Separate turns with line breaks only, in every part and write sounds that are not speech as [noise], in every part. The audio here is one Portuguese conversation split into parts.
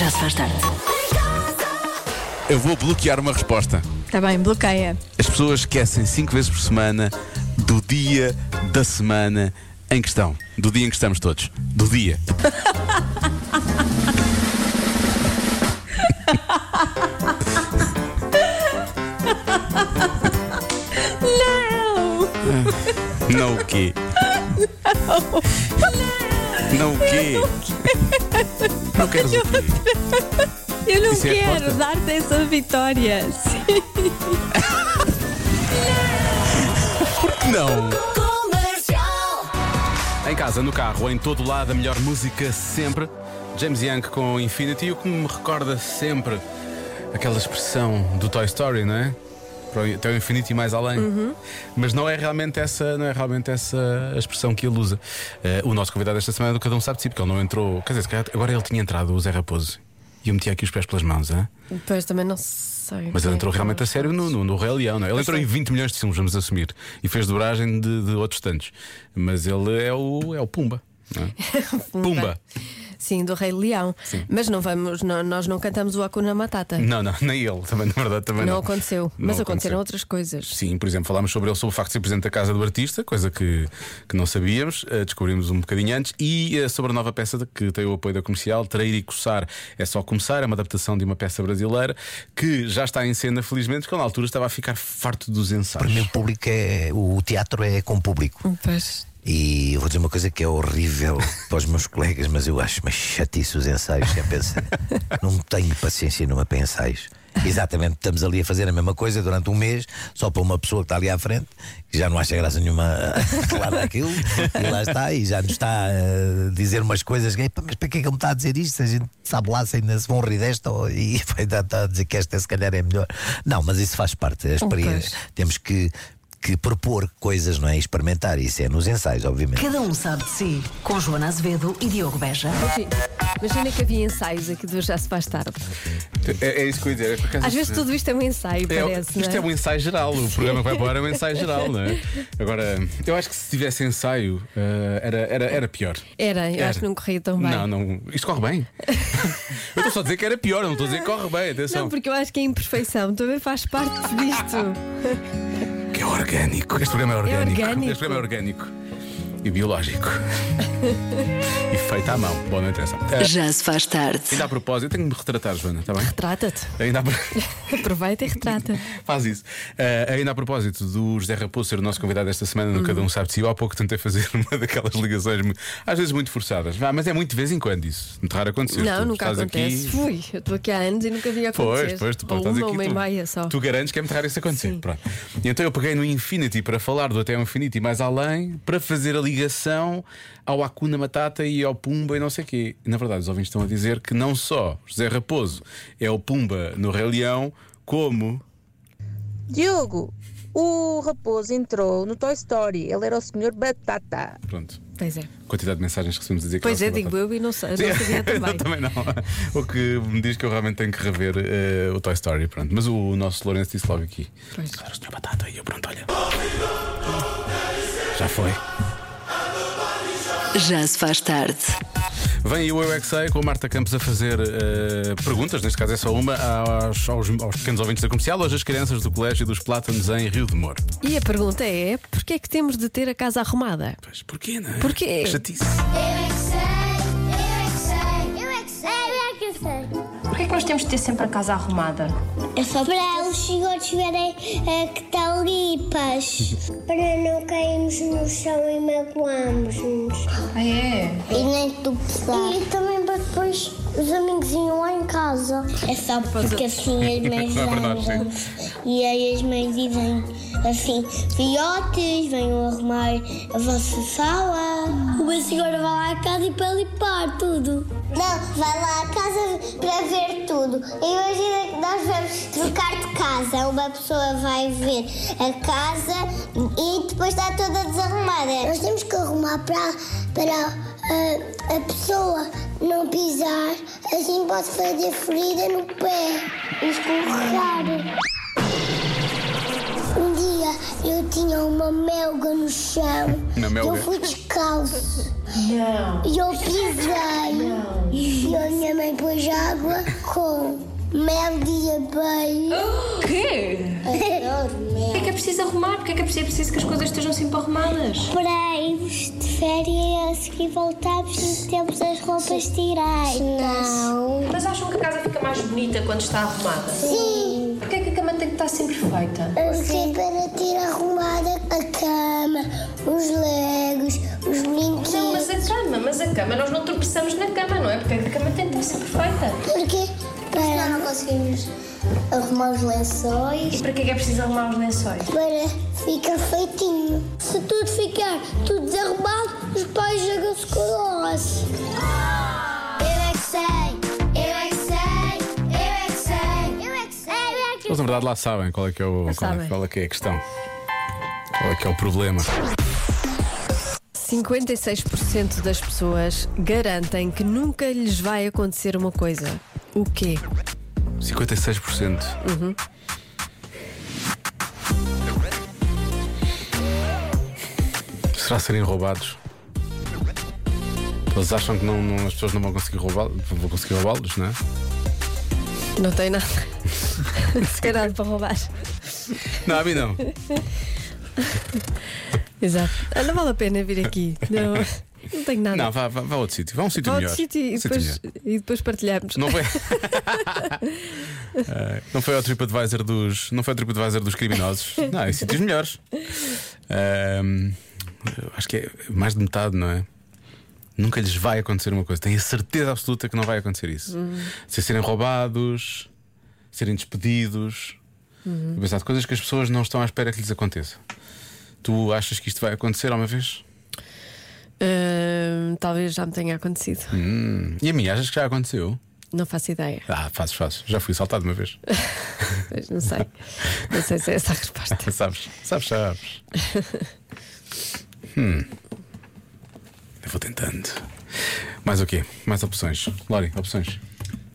Já se faz tarde.
Eu vou bloquear uma resposta.
Está Tá bem, bloqueia.
As pessoas esquecem cinco vezes por semana do dia da semana em questão. Do dia em que estamos todos. Do dia.
Não!
Não o quê? Não o quê? Não queres o quê?
Eu não
Isso é a
quero
resposta?
dar-te essa vitória. Sim.
Não! Em casa, no carro, em todo lado, a melhor música sempre. James Young com Infinity, o que me recorda sempre aquela expressão do Toy Story, não é? Para o- Até o infinito e mais além. Mas não é realmente essa, não é realmente essa a expressão que ele usa. Eh, o nosso convidado esta semana, do cada um sabe de si, porque ele não entrou. Quer dizer, se calhar agora ele tinha entrado, o Zé Raposo. E eu metia aqui os pés pelas mãos, hã?
Pois também não sei.
Mas ele entrou realmente a sério no, no, no Rei Leão, não é? Ele entrou em 20 milhões de filmes, vamos assumir. E fez dobragem de, de outros tantos. Mas ele é o, é o Pumba. não
[laughs]
é? Pumba!
Sim, do Rei Leão. Mas não vamos, não- nós não cantamos o Hakuna Matata.
Não, não, nem ele, também, na verdade, também não.
Não aconteceu.
Não
mas aconteceram
aconteceu.
outras coisas.
Sim, por exemplo, falámos sobre ele, sobre o facto de ser presidente da Casa do Artista, coisa que, que não sabíamos, eh, descobrimos um bocadinho antes, e eh, sobre a nova peça de- que tem o apoio da comercial, Trair e Coçar é só começar, é uma adaptação de uma peça brasileira que já está em cena, felizmente, porque eu, na altura estava a ficar farto dos
Para mim,
ensaios.
o público é. O teatro é com público.
Pois.
E eu vou dizer uma coisa que é horrível para os meus colegas, mas eu acho uma chatice os ensaios sem pensar. Não tenho paciência numa para ensaios. Exatamente, estamos ali a fazer a mesma coisa durante um mês, só para uma pessoa que está ali à frente, que já não acha graça nenhuma a falar daquilo, e lá está, e já nos está a dizer umas coisas, que, "Epá, mas para que é que ele me está a dizer isto? A gente sabe lá se ainda se vão rir desta, ou- [laughs] e vai dar está a dizer que esta se calhar é melhor. Não, mas isso faz parte da experiência. Temos que que propor coisas, não é? Experimentar, isso é nos ensaios, obviamente.
Cada um sabe de si, com Joana Azevedo e Diogo Beja.
Imagina, imagina que havia ensaios aqui do Já Se Faz Tarde.
É, é isso que eu ia dizer. é por acaso-
Às vezes tudo isto é um ensaio,
É,
parece.
isto
não
é? um ensaio geral, o programa que vai para o ar é um
[laughs]
ensaio geral, não é? Agora, eu acho que se tivesse ensaio eh, era, era, era pior.
Era, eu acho que não corria tão bem.
Não, é não, isto corre
[laughs]
bem. eu estou só a dizer que era pior, não estou a dizer que corre bem, atenção.
Não, porque eu acho que é a imperfeição também faz parte disto.
Que é orgânico. Este programa é orgânico.
orgânico.
Este programa é orgânico e
[laughs]
biológico. e feito à mão. Bom, não interessa. Eh,
Já se faz tarde.
ainda a propósito, eu tenho que me retratar, Joana, está bem?
Retrata-te.
Ainda a
[laughs]
propósito.
Aproveita e retrata.
Faz isso. Ah, ainda a propósito do José Raposo ser o nosso convidado esta semana no Cada Um
Uhum.
Sabe de Si, eu há pouco tentei fazer [laughs] uma daquelas ligações, mu- às vezes muito forçadas. Vá, mas é muito de vez em quando isso. Muito raro acontecer.
não,
Tu
nunca
estás
acontece.
Aqui...
Fui, eu estou aqui há anos e nunca vi acontecer.
Pois, pois, tu
Ou
podes
uma,
estar
uma
aqui.
e
tu-
meia só.
Tu garantes que é muito raro isso acontecer. Pronto. E Então eu peguei no Infinity para falar do Até ao Infinity e mais além, para fazer a ligação ao Acuna Matata e ao Pumba e não sei o quê. Na verdade, os ouvintes estão a dizer que não só José Raposo é o Pumba no Rei Leão, como.
Diogo, o raposo entrou no Toy Story. Ele era o senhor Batata.
Pronto.
Pois é.
quantidade de mensagens que recebemos a dizer que
Pois
era
é,
o
digo
Sr.
eu e não, sei, não
Batata.
sabia
[laughs]
também.
eu também não. O que me diz que eu realmente tenho que rever eh, o Toy Story, pronto. Mas o nosso Lourenço disse logo aqui.
Pois.
Claro, o Sr. Batata e eu, pronto, olha. Já foi.
Já se faz tarde.
Vem aí o Eu é Que Sei, com a Marta Campos a fazer eh, perguntas, neste caso é só uma, aos, aos- aos pequenos ouvintes da comercial, hoje as crianças do Colégio dos Plátanos em Rio de Moro.
E a pergunta é: porquê é que temos de ter a casa arrumada?
Pois, porquê, não é?
Porquê?
Chatice.
Porquê é que nós temos de ter sempre a casa arrumada?
É só para os senhores verem é, que estão limpas. para não cairmos no chão e magoarmos-nos.
Ah, é?
E nem tropeçar. E também para depois os amiguinhos lá em casa. É só porque assim as mães
[laughs] É verdade, sim.
andam. E aí as mães dizem assim: filhotes, venham arrumar a vossa sala. Uma senhora vai lá à casa e para limpar tudo. Não, vai lá à casa para ver tudo. Imagina que nós vamos trocar de casa. Uma pessoa vai ver a casa e depois está toda desarrumada. Nós temos que arrumar para, para a, a pessoa não pisar, assim pode fazer ferida no pé e escorregar. Um dia eu tinha uma melga no chão.
Uma melga?
Eu fui descalço.
Não.
E eu pisei. E a minha mãe pôs água com mel de abelha.
O quê?
Adoro
O que é
mel.
que é preciso arrumar? Porque é que é preciso, é preciso que as coisas estejam sempre arrumadas?
Para irmos de férias e voltarmos e temos as roupas tiradas. Não.
Mas acham que a casa fica mais bonita quando está arrumada?
Sim.
Porquê é que a cama tem que estar sempre feita?
Porque para ter arrumada a cama, os legos, os brinquedos.
Não, mas a cama, mas a cama, nós não tropeçamos na cama, não é? Porque a cama tem que estar sempre feita.
Porque para não conseguimos arrumar os lençóis.
E para que é que é preciso arrumar os lençóis?
Para ficar feitinho. Se tudo ficar tudo desarrumado, os pais jogam-se com nós. Eu é que sei, eu é que sei, eu é que sei, eu é que sei, eu é que
Eles na verdade lá sabem qual é que é, o,
Já
qual é,
sabem.
qual é que é a questão. Qual é que é o problema?
56% das pessoas garantem que nunca lhes vai acontecer uma coisa. O quê?
56%.
Uhum.
Será serem roubados? Eles acham que não, não- as pessoas não vão conseguir roubá-los, vão conseguir roubá-los, não é?
Não tem nada. [laughs] Se calhar para roubar.
Não, a mim não.
Exato. Ah, Não vale a pena vir aqui. Não, não tenho nada.
Não, vá, vá, vá a outro sítio. Vá a um sítio
Vá a
melhor.
outro sítio e
Um sítio
depois, e depois partilhamos.
Não foi. [laughs] Eh, não foi ao TripAdvisor dos. Não foi ao TripAdvisor dos criminosos. Não, em sítios melhores. Ahm, eu acho que é mais de metade, não é? Nunca lhes vai acontecer uma coisa. Tenho a certeza absoluta que não vai acontecer isso. Se serem roubados, serem despedidos. Vou Pensar de coisas que as pessoas não estão à espera que lhes aconteça. Tu achas que isto vai acontecer alguma vez?
Hum, talvez já me tenha acontecido.
Hum. E a mim, achas que já aconteceu?
Não faço ideia.
Ah, fazes, fazes. Já fui saltado uma vez.
Mas
[laughs]
não sei. Não sei se é essa a resposta.
Sabes, sabes, [laughs] sabes. hum. Eu vou tentando. Mais o quê? Mais opções. Lori, opções.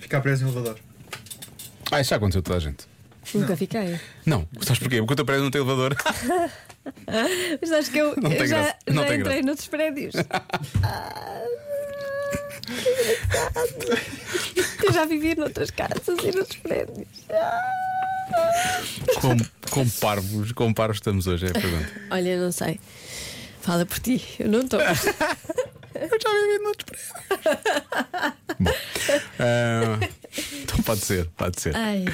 Ficar preso em elevador.
Ah, isso já aconteceu a toda a gente.
Nunca fiquei.
Não, sabes porquê? Porque eu estou preso num elevador.
Mas acho que eu,
Não
eu
tem
já,
graça. Não
já
tem
entrei
graça.
noutros
[laughs]
prédios. eu já vivi noutras casas e noutros prédios.
[laughs] com, com parvos, com parvos estamos hoje, é a pergunta.
Olha, não sei. Fala por ti, eu não
[laughs]
estou.
Eu já vivi noutros prédios. [laughs] Bom. ah, então pode ser, pode ser.
Ai.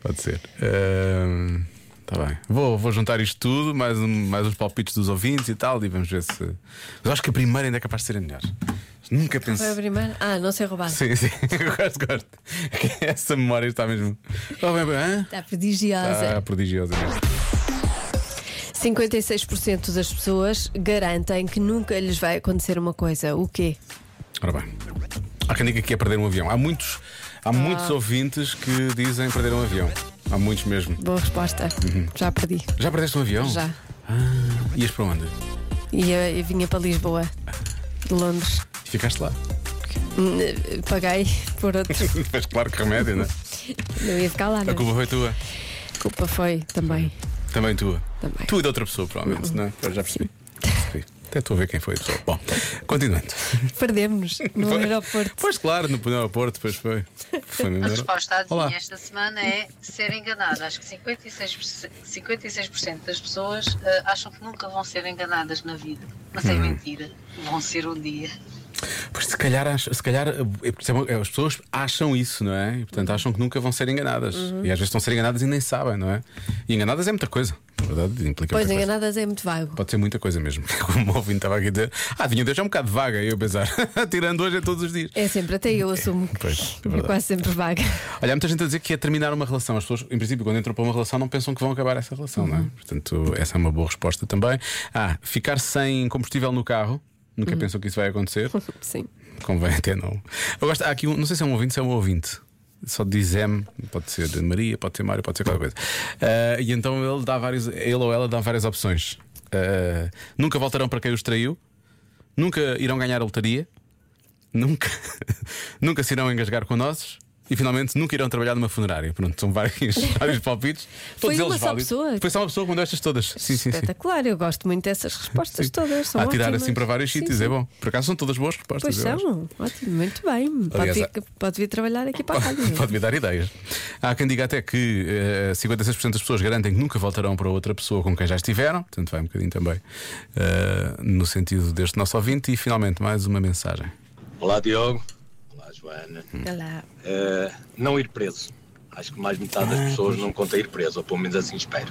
Pode ser. Ahm, tá bem. Vou, vou juntar isto tudo, mais, um- mais uns palpites dos ouvintes e tal, e vamos ver se. Mas acho que a primeira ainda é capaz de ser a melhor. Nunca
Foi a
pensei.
primeira? Ah, não sei roubar.
Sim, sim, [laughs] eu gosto, gosto. É Essa memória está mesmo. Está bem, bem, hã?
Está prodigiosa.
Está prodigiosa mesmo. Tá.
56% das pessoas garantem que nunca lhes vai acontecer uma coisa. O quê?
Ora bem. Há quem diga que é perder um avião. Há muitos,
Ah.
há muitos ouvintes que dizem perder um avião. Há muitos mesmo.
Boa resposta.
Uhum.
Já perdi.
Já perdeste um avião?
Já.
Ias para onde?
E eu, eu vinha para Lisboa, de Londres.
E ficaste lá. [laughs]
N- eh, Paguei por [laughs] outro.
Mas claro que remédio, não é?
Não ia ficar lá,
A
mas
culpa foi tua.
a culpa foi [laughs] também.
Também tua.
Também.
Tu e de outra pessoa, provavelmente, não é? Eu já percebi. Percebi. Até estou a ver quem foi a pessoa. Bom, continuando.
Perdemos no
Foi.
aeroporto.
Pois claro, no no aeroporto, depois foi. Foi mesmo.
A resposta à
Olá.
adivinha esta semana é ser enganada. Acho que 56%, 56% das pessoas eh, acham que nunca vão ser enganadas na vida. Mas
Uhum.
é mentira. Vão ser um dia.
Pois se calhar, ach- se calhar eh, é porque são- é, as pessoas acham isso, não é? E, portanto, acham que nunca vão ser enganadas.
Uhum.
E às vezes estão a ser enganadas e nem sabem, não é? E enganadas é muita coisa. Na verdade, implica muita
Pois
coisa.
enganadas é muito vago.
Pode ser muita coisa mesmo. [laughs] Como o ouvinte estava aqui a dizer, ah, vinha Deus é um bocado vaga. E eu a pensar, [laughs] tirando hoje é todos os dias.
É sempre, até eu assumo que
Pois, é
é
verdade.
quase sempre vaga. [laughs]
Olha, há muita gente a dizer que é terminar uma relação. As pessoas, em princípio, quando entram para uma relação, não pensam que vão acabar essa relação, não é? Portanto, essa é uma boa resposta também. Ah, ficar sem combustível no carro. Nunca pensam que isso vai acontecer.
Sim.
Convém até não. Eu gosto, há aqui um, não sei se é um ouvinte, se é um ouvinte. Só dizem, pode ser Maria, pode ser Mário, pode ser qualquer coisa. Ah, e então ele dá vários, ele ou ela dá várias opções. Ah, nunca voltarão para quem os traiu, [laughs] nunca irão ganhar a lotaria, nunca, nunca se irão engasgar com nozes, E finalmente nunca irão trabalhar numa funerária. Pronto, são vários, [laughs] vários palpites.
Foi
Todos
uma
eles
só
válidos.
pessoa?
Foi só uma pessoa que mandou estas todas. Sim, sim, sim.
Espetacular, eu gosto muito dessas respostas
Sim.
todas. São
Há a tirar
ótimas.
assim para vários
Sim,
sítios.
sim.
É bom. Por acaso são todas boas
Pois é
respostas. eu acho.
são, ótimo, muito bem. Pode
Aliás,
vir,
há-
pode vir trabalhar aqui [laughs] para a rádio.
[laughs] Pode me dar ideias. Há quem diga até que eh, 56% das pessoas garantem que nunca voltarão para outra pessoa com quem já estiveram. Portanto, vai um bocadinho também eh, no sentido deste nosso ouvinte. E finalmente, mais uma mensagem.
Olá, Diogo. Olá, Joana.
Olá.
Eh, não ir preso. Acho que mais metade
Ah,
das pessoas não conta ir preso, ou pelo menos assim espero.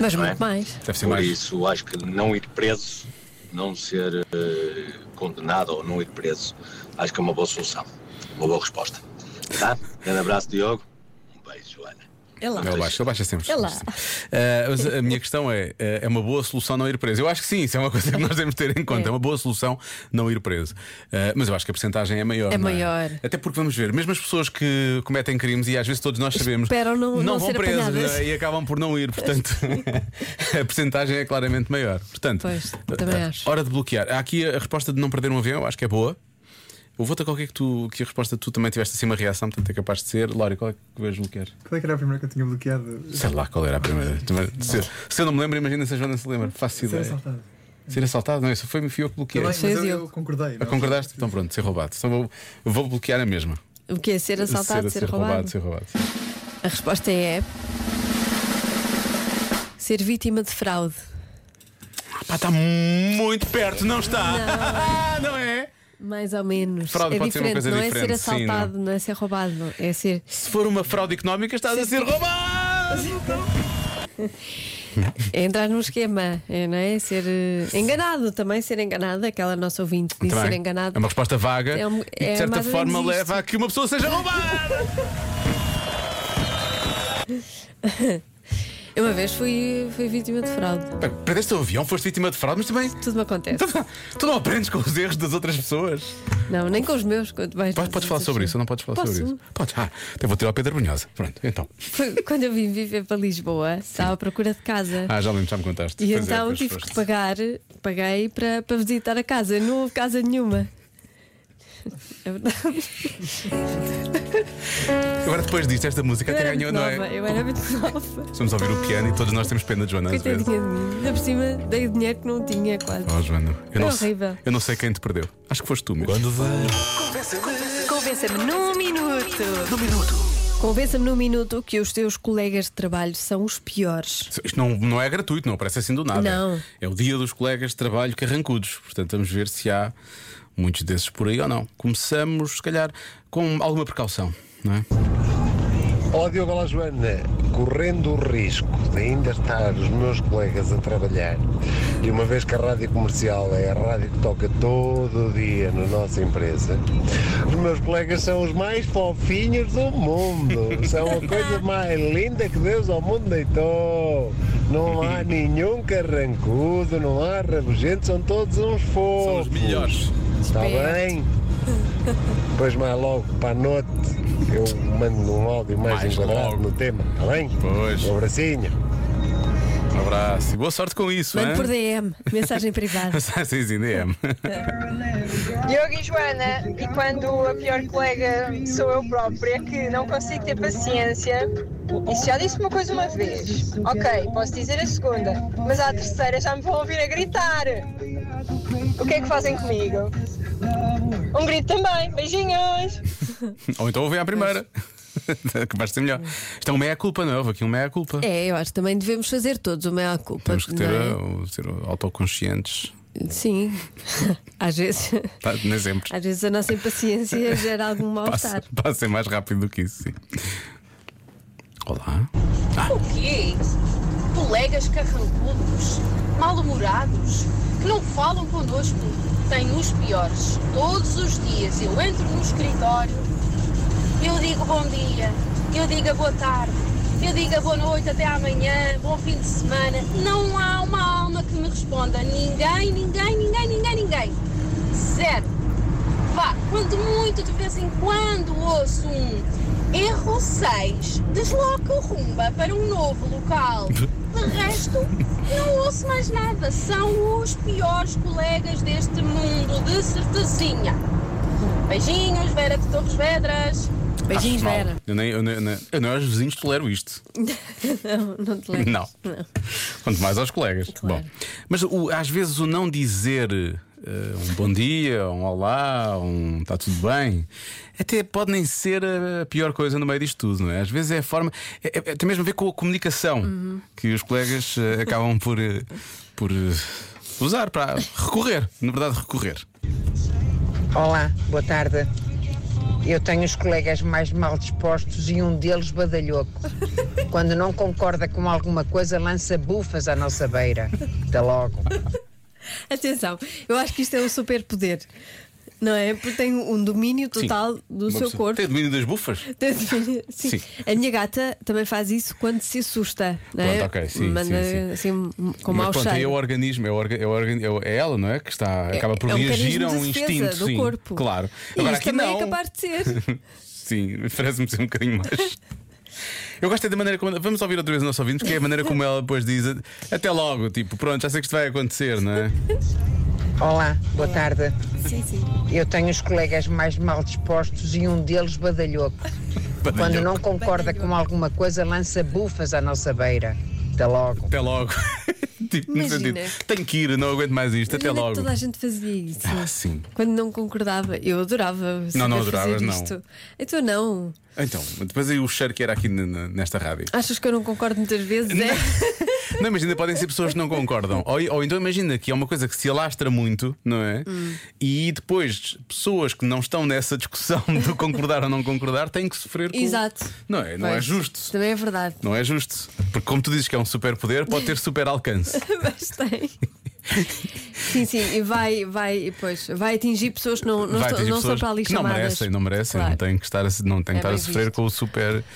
Mas
Não é?
muito mais.
Deve
Por isso, acho que não ir preso, não ser eh, condenado ou não ir preso, acho que é uma boa solução. Uma boa resposta. Tá? Grande abraço, Diogo. Um beijo, Joana.
É lá.
Ele baixa, ele baixa sempre.
É lá.
Eh, mas a minha questão é: eh, é uma boa solução não ir preso? Eu acho que sim, isso é uma coisa que nós temos de ter em conta. É,
É.
uma boa solução não ir preso. Eh, mas eu acho que a porcentagem é maior.
É
não
maior.
Até porque vamos ver, mesmo as pessoas que cometem crimes, e às vezes todos nós sabemos,
Esperam não- não
vão
ser
presos
apanhadas.
eh, e acabam por não ir.
[laughs]
Portanto, a porcentagem é claramente maior. Portanto,
Pois, também
eh,
acho.
hora de bloquear. Há aqui a resposta de não perder um avião, eu acho que é boa. Eu vou-te a qualquer que, tu, que a resposta tu também tiveste assim uma reação, portanto é capaz de ser. Lória, qual é que vais bloquear?
Qual é que era a primeira que eu tinha bloqueado?
Sei lá qual era a primeira. Também- Se, se eu não me lembro, imagina se a Joana se lembra. Faço
Ser
ideia.
assaltado.
Ser assaltado? Não, é? isso foi me fio que
Também,
bloqueei.
mas eu, eu concordei.
Ah,
não?
Concordaste? Então pronto, ser roubado. Então vou, vou bloquear a mesma.
O que é ser assaltado, ser, roubado?
Ser roubado.
A resposta é. Ser vítima de fraude.
Ah, pá, está muito perto, não está? [laughs] Não, é?
Mais ou menos.
Fraude
é
pode ser uma
diferente,
coisa
não é
diferente,
ser
sim,
assaltado, não. é ser roubado, não. é ser.
Se for uma fraude económica, estás a ser roubado!
É entrar num esquema, é, não é? Ser eh, enganado, também ser enganado, aquela nossa ouvinte disse
Muito
ser
bem.
enganado.
É uma resposta vaga
É um-
e
é
de certa
mais ou
forma
menos isto.
leva a que uma pessoa seja roubada!
Eu uma vez fui, fui vítima de fraude.
Bem, Perdeste o avião, foste vítima de fraude, mas também
Tudo me acontece.
[laughs] Então, tu não aprendes com os erros das outras pessoas.
Não, nem com os meus, quanto mais.
Podes, podes falar sobre isso ou não podes falar sobre
Posso?
isso? Podes. Ah, até vou tirar o Pedro Brunhosa. Pronto, então.
Foi Quando eu vim viver para Lisboa, estava à procura de casa.
Ah, já lembro, já me contaste.
E
Pois é,
então
pois
tive que
foste.
pagar, paguei para, para visitar a casa. Não houve casa nenhuma.
[laughs]
É verdade.
Agora, depois disto, esta música
Eu
até
era
ganhou,
muito
não
nova,
é?
eu era muito nova.
Estamos a ouvir o piano e todos nós temos pena de Joana às vezes.
Coitadinha de mim. Ainda por cima dei o dinheiro que não tinha quase.
Oh, Joana, eu
Foi
não, sei,
É horrível.
eu não sei quem te perdeu. Acho que foste tu mesmo. Quando vai. Oh.
Convença-me num minuto. Num minuto. Convença-me num minuto que os teus colegas de trabalho são os piores.
Isto não, não é gratuito, não aparece assim do nada.
Não.
É o dia dos colegas de trabalho carrancudos. Portanto, vamos ver se há muitos desses por aí ou não. Começamos, se calhar, com alguma precaução, não é?
Olá Diogo, olá Joana. Correndo o risco de ainda estar os meus colegas a trabalhar, e uma vez que a rádio comercial é a rádio que toca todo o dia na nossa empresa, os meus colegas são os mais fofinhos do mundo. São a coisa mais linda que Deus ao mundo deitou. Não há nenhum carrancudo, não há rabugento, são todos um uns fofos. São os
melhores.
Está bem? Depois mais logo para a noite eu mando um áudio mais,
Mais
enquadrado
logo.
no tema, está bem?
Pois.
Um abracinho.
Um abraço e boa sorte com isso,
Mande
hein? [laughs]
por DM, mensagem privada.
Mensagens em DM.
Diogo e Joana, e quando a pior colega sou eu própria, que não consigo ter paciência, isso já disse uma coisa uma vez. Ok, posso dizer a segunda, mas à terceira já me vão ouvir a gritar. O que é que fazem comigo? Um grito também, beijinhos!
Ou então ouvem à primeira. [laughs] que vai ser melhor. Isto é um meia-culpa, não é? Houve aqui um meia-culpa.
É, eu acho que também devemos fazer todos o maior culpa.
Temos que ter,
não
uh, ser autoconscientes.
é? Sim. [laughs] Às vezes,
Tá, nem sempre.
às vezes a nossa impaciência gera algum
Passa,
mal-estar.
passa a ser mais rápido do que isso, sim. Olá.
O quê? Colegas carrancudos, mal-humorados, que não falam connosco. Tenho os piores. Todos os dias eu entro no escritório, eu digo bom dia, eu digo a boa tarde, eu digo a boa noite, até amanhã, bom fim de semana. Não há uma alma que me responda. Ninguém, ninguém, ninguém, ninguém, ninguém. Zero. Vá, quanto muito de vez em quando ouço um erro 6, desloca o rumba para um novo local. De resto, não ouço mais nada. São os piores colegas deste mundo, de certezinha. Beijinhos, Vera de Torres Vedras.
Beijinhos,
Acho mal.
Vera.
Eu nem, eu, nem, eu nem- eu nem aos vizinhos tolero isto.
[laughs] não, não te lembro.
Não. Quanto mais aos colegas. Bom, mas o- às vezes o não dizer eh, um bom dia, um olá, um está tudo bem, até pode nem ser a pior coisa no meio disto tudo, não é? Às vezes é a forma. É, é- é- tem mesmo a ver com a comunicação
Uhum.
que os colegas eh, acabam por, eh, por eh, usar para recorrer, na verdade, recorrer.
Olá, boa tarde. Eu tenho os colegas mais mal dispostos e um deles badalhoco. Quando não concorda com alguma coisa, lança bufas à nossa beira. Até logo.
Atenção, eu acho que isto é um superpoder, não é? Porque tem um domínio total
Sim.
do
Uma
seu
pessoa-
corpo.
Tem domínio das bufas?
Tem domínio- [laughs] Sim.
Sim.
A minha gata também faz isso quando se assusta, não é?
Pronto, ok, sim,
Manda
sim,
assim com
Mas
mau
pronto, é o
cheiro.
organismo, é, o orga- é o orga- é o- é ela, não é? Que está,
É-
acaba por
é um
reagir a
mecanismo
um
de defesa
instinto.
do
sim,
corpo.
Claro.
E
Agora
isto
aqui
também
não.
é capaz de ser.
[laughs] Sim, parece-me ser um bocadinho mais. Eu gosto é da maneira como. Vamos ouvir outra vez o nosso ouvinte, que é a maneira como ela depois diz até logo, tipo, pronto, já sei que isto vai acontecer, não é?
Olá, boa tarde. Eu tenho os colegas mais mal dispostos e um deles badalhoco. [laughs] Quando não concorda com alguma coisa, lança bufas à nossa beira. Até logo.
Até logo. [laughs] tipo, no
Imagina.
sentido, tenho que ir, não aguento mais isto, até
Imagina que
logo.
Toda a gente fazia isso.
Ah, sim.
Quando não concordava, eu adorava.
Não, não
saber
adoravas,
fazer
não.
isto. Então não.
Então, depois aí o cheiro que era aqui n- n- nesta rádio.
Achas que eu não concordo muitas vezes? É? [laughs]
Não, imagina, podem ser pessoas que não concordam. Ou, ou então imagina que é uma coisa que se alastra muito, não é? Hum. E depois, pessoas que não estão nessa discussão [laughs] do concordar ou não concordar têm que sofrer com.
Exato.
Não é? Não é
Pois.
justo.
Também é verdade.
Não é justo. Porque, como tu dizes que é um superpoder, pode ter super alcance.
[laughs] Mas tem. Sim, sim, e vai, vai, pois, vai atingir pessoas que não,
Vai
não, estão-
atingir
não são
pessoas
para ali
que não
chamadas.
merecem, não merecem. Não
Claro.
têm que estar a, se- não têm que
É
estar a
bem
sofrer
visto.
com o super. [laughs]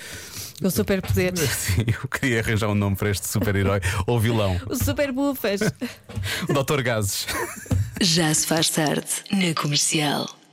O superpoder.
Sim, eu queria arranjar um nome para este super-herói ou
[laughs]
vilão.
Os super bufas.
O Dr. Gases.
Já se faz tarde na comercial.